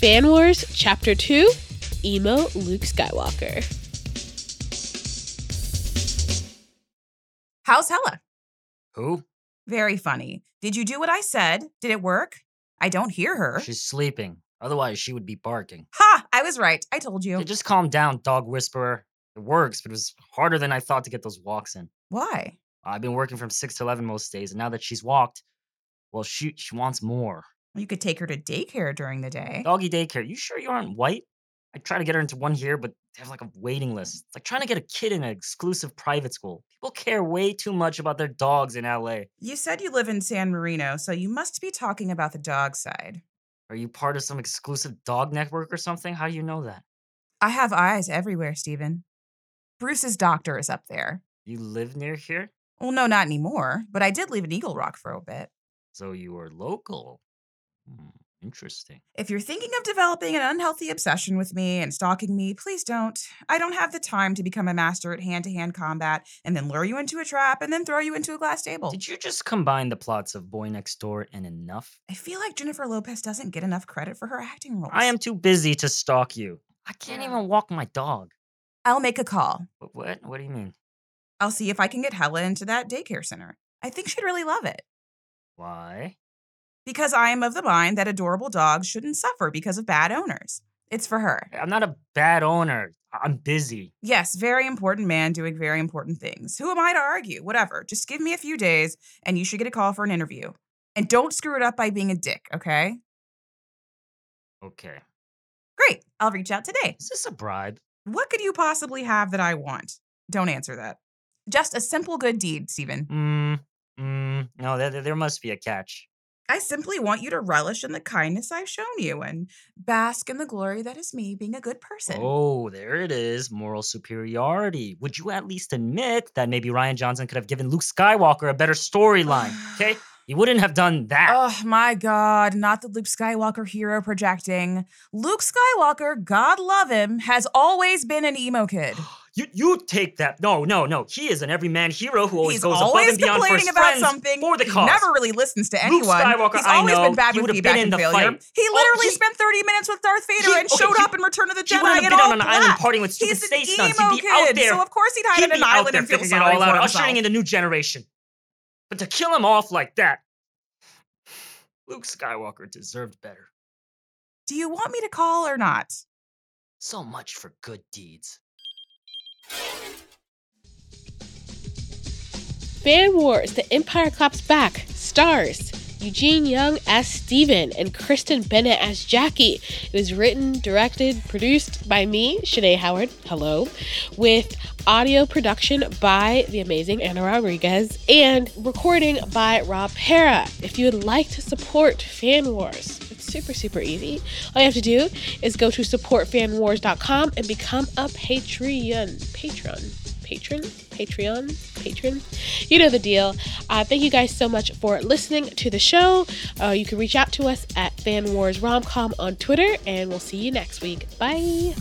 Fan Wars Chapter 2 Emo Luke Skywalker. How's Hella? Who? Very funny. Did you do what I said? Did it work? I don't hear her. She's sleeping. Otherwise, she would be barking. ha! I was right. I told you. Yeah, just calm down, dog whisperer. It works, but it was harder than I thought to get those walks in. Why? I've been working from 6 to 11 most days, and now that she's walked, well, she, she wants more. You could take her to daycare during the day. Doggy daycare, you sure you aren't white? I try to get her into one here, but they have like a waiting list. It's like trying to get a kid in an exclusive private school. People care way too much about their dogs in LA. You said you live in San Marino, so you must be talking about the dog side. Are you part of some exclusive dog network or something? How do you know that? I have eyes everywhere, Stephen. Bruce's doctor is up there. You live near here? Well, no, not anymore, but I did live in Eagle Rock for a bit. So you are local. Hmm, interesting. If you're thinking of developing an unhealthy obsession with me and stalking me, please don't. I don't have the time to become a master at hand to hand combat and then lure you into a trap and then throw you into a glass table. Did you just combine the plots of Boy Next Door and Enough? I feel like Jennifer Lopez doesn't get enough credit for her acting roles. I am too busy to stalk you. I can't even walk my dog. I'll make a call. Wh- What? What do you mean? I'll see if I can get Hella into that daycare center. I think she'd really love it. Why? Because I am of the mind that adorable dogs shouldn't suffer because of bad owners. It's for her. I'm not a bad owner. I- I'm busy. Yes, very important man doing very important things. Who am I to argue? Whatever. Just give me a few days and you should get a call for an interview. And don't screw it up by being a dick, okay? Okay. Great. I'll reach out today. Is this a bribe? What could you possibly have that I want? Don't answer that. Just a simple good deed, Stephen. Mm, mm, no, there, there- there must be a catch. I simply want you to relish in the kindness I've shown you and bask in the glory that is me being a good person. Oh, there it is. Moral superiority. Would you at least admit that maybe Ryan Johnson could have given Luke Skywalker a better storyline? Okay? He wouldn't have done that. Oh my God, not the Luke Skywalker hero projecting. Luke Skywalker, God love him, has always been an emo kid. You you take that. No, no, no. He is an everyman hero who always He's goes always above and beyond for his complaining about friends something. for the He cause. never really listens to Luke anyone. Skywalker, He's I always know, been bad he with would've feedback been in and the failure. fight. He Oh, literally he- spent 30 minutes with Darth Vader He- and okay, showed he- up in Return of the he Jedi wouldn't have in been all on an black. island partying with stupid He's an space emo nuns. He'd be kid, out there. so of course he'd hide He'd in an be out island there and feel figuring it sorry all for out, himself. ushering in the new generation. But to kill him off like that, Luke Skywalker deserved better. Do you want me to call or not? So much for good deeds. Fan Wars The Empire Claps Back stars Eugene Young as Steven and Kristen Bennett as Jackie. It was written, directed, produced by me, Shanae Howard, hello, with audio production by the amazing Anna Rodriguez and recording by Rob Pera. If you would like to support Fan Wars, it's super, super easy. All you have to do is go to supportfanwars.com and become a Patreon. Patron patron, Patreon, patron. You know the deal. Uh, thank you guys so much for listening to the show. Uh, you can reach out to us at Fan Wars Romcom on Twitter, and we'll see you next week. Bye.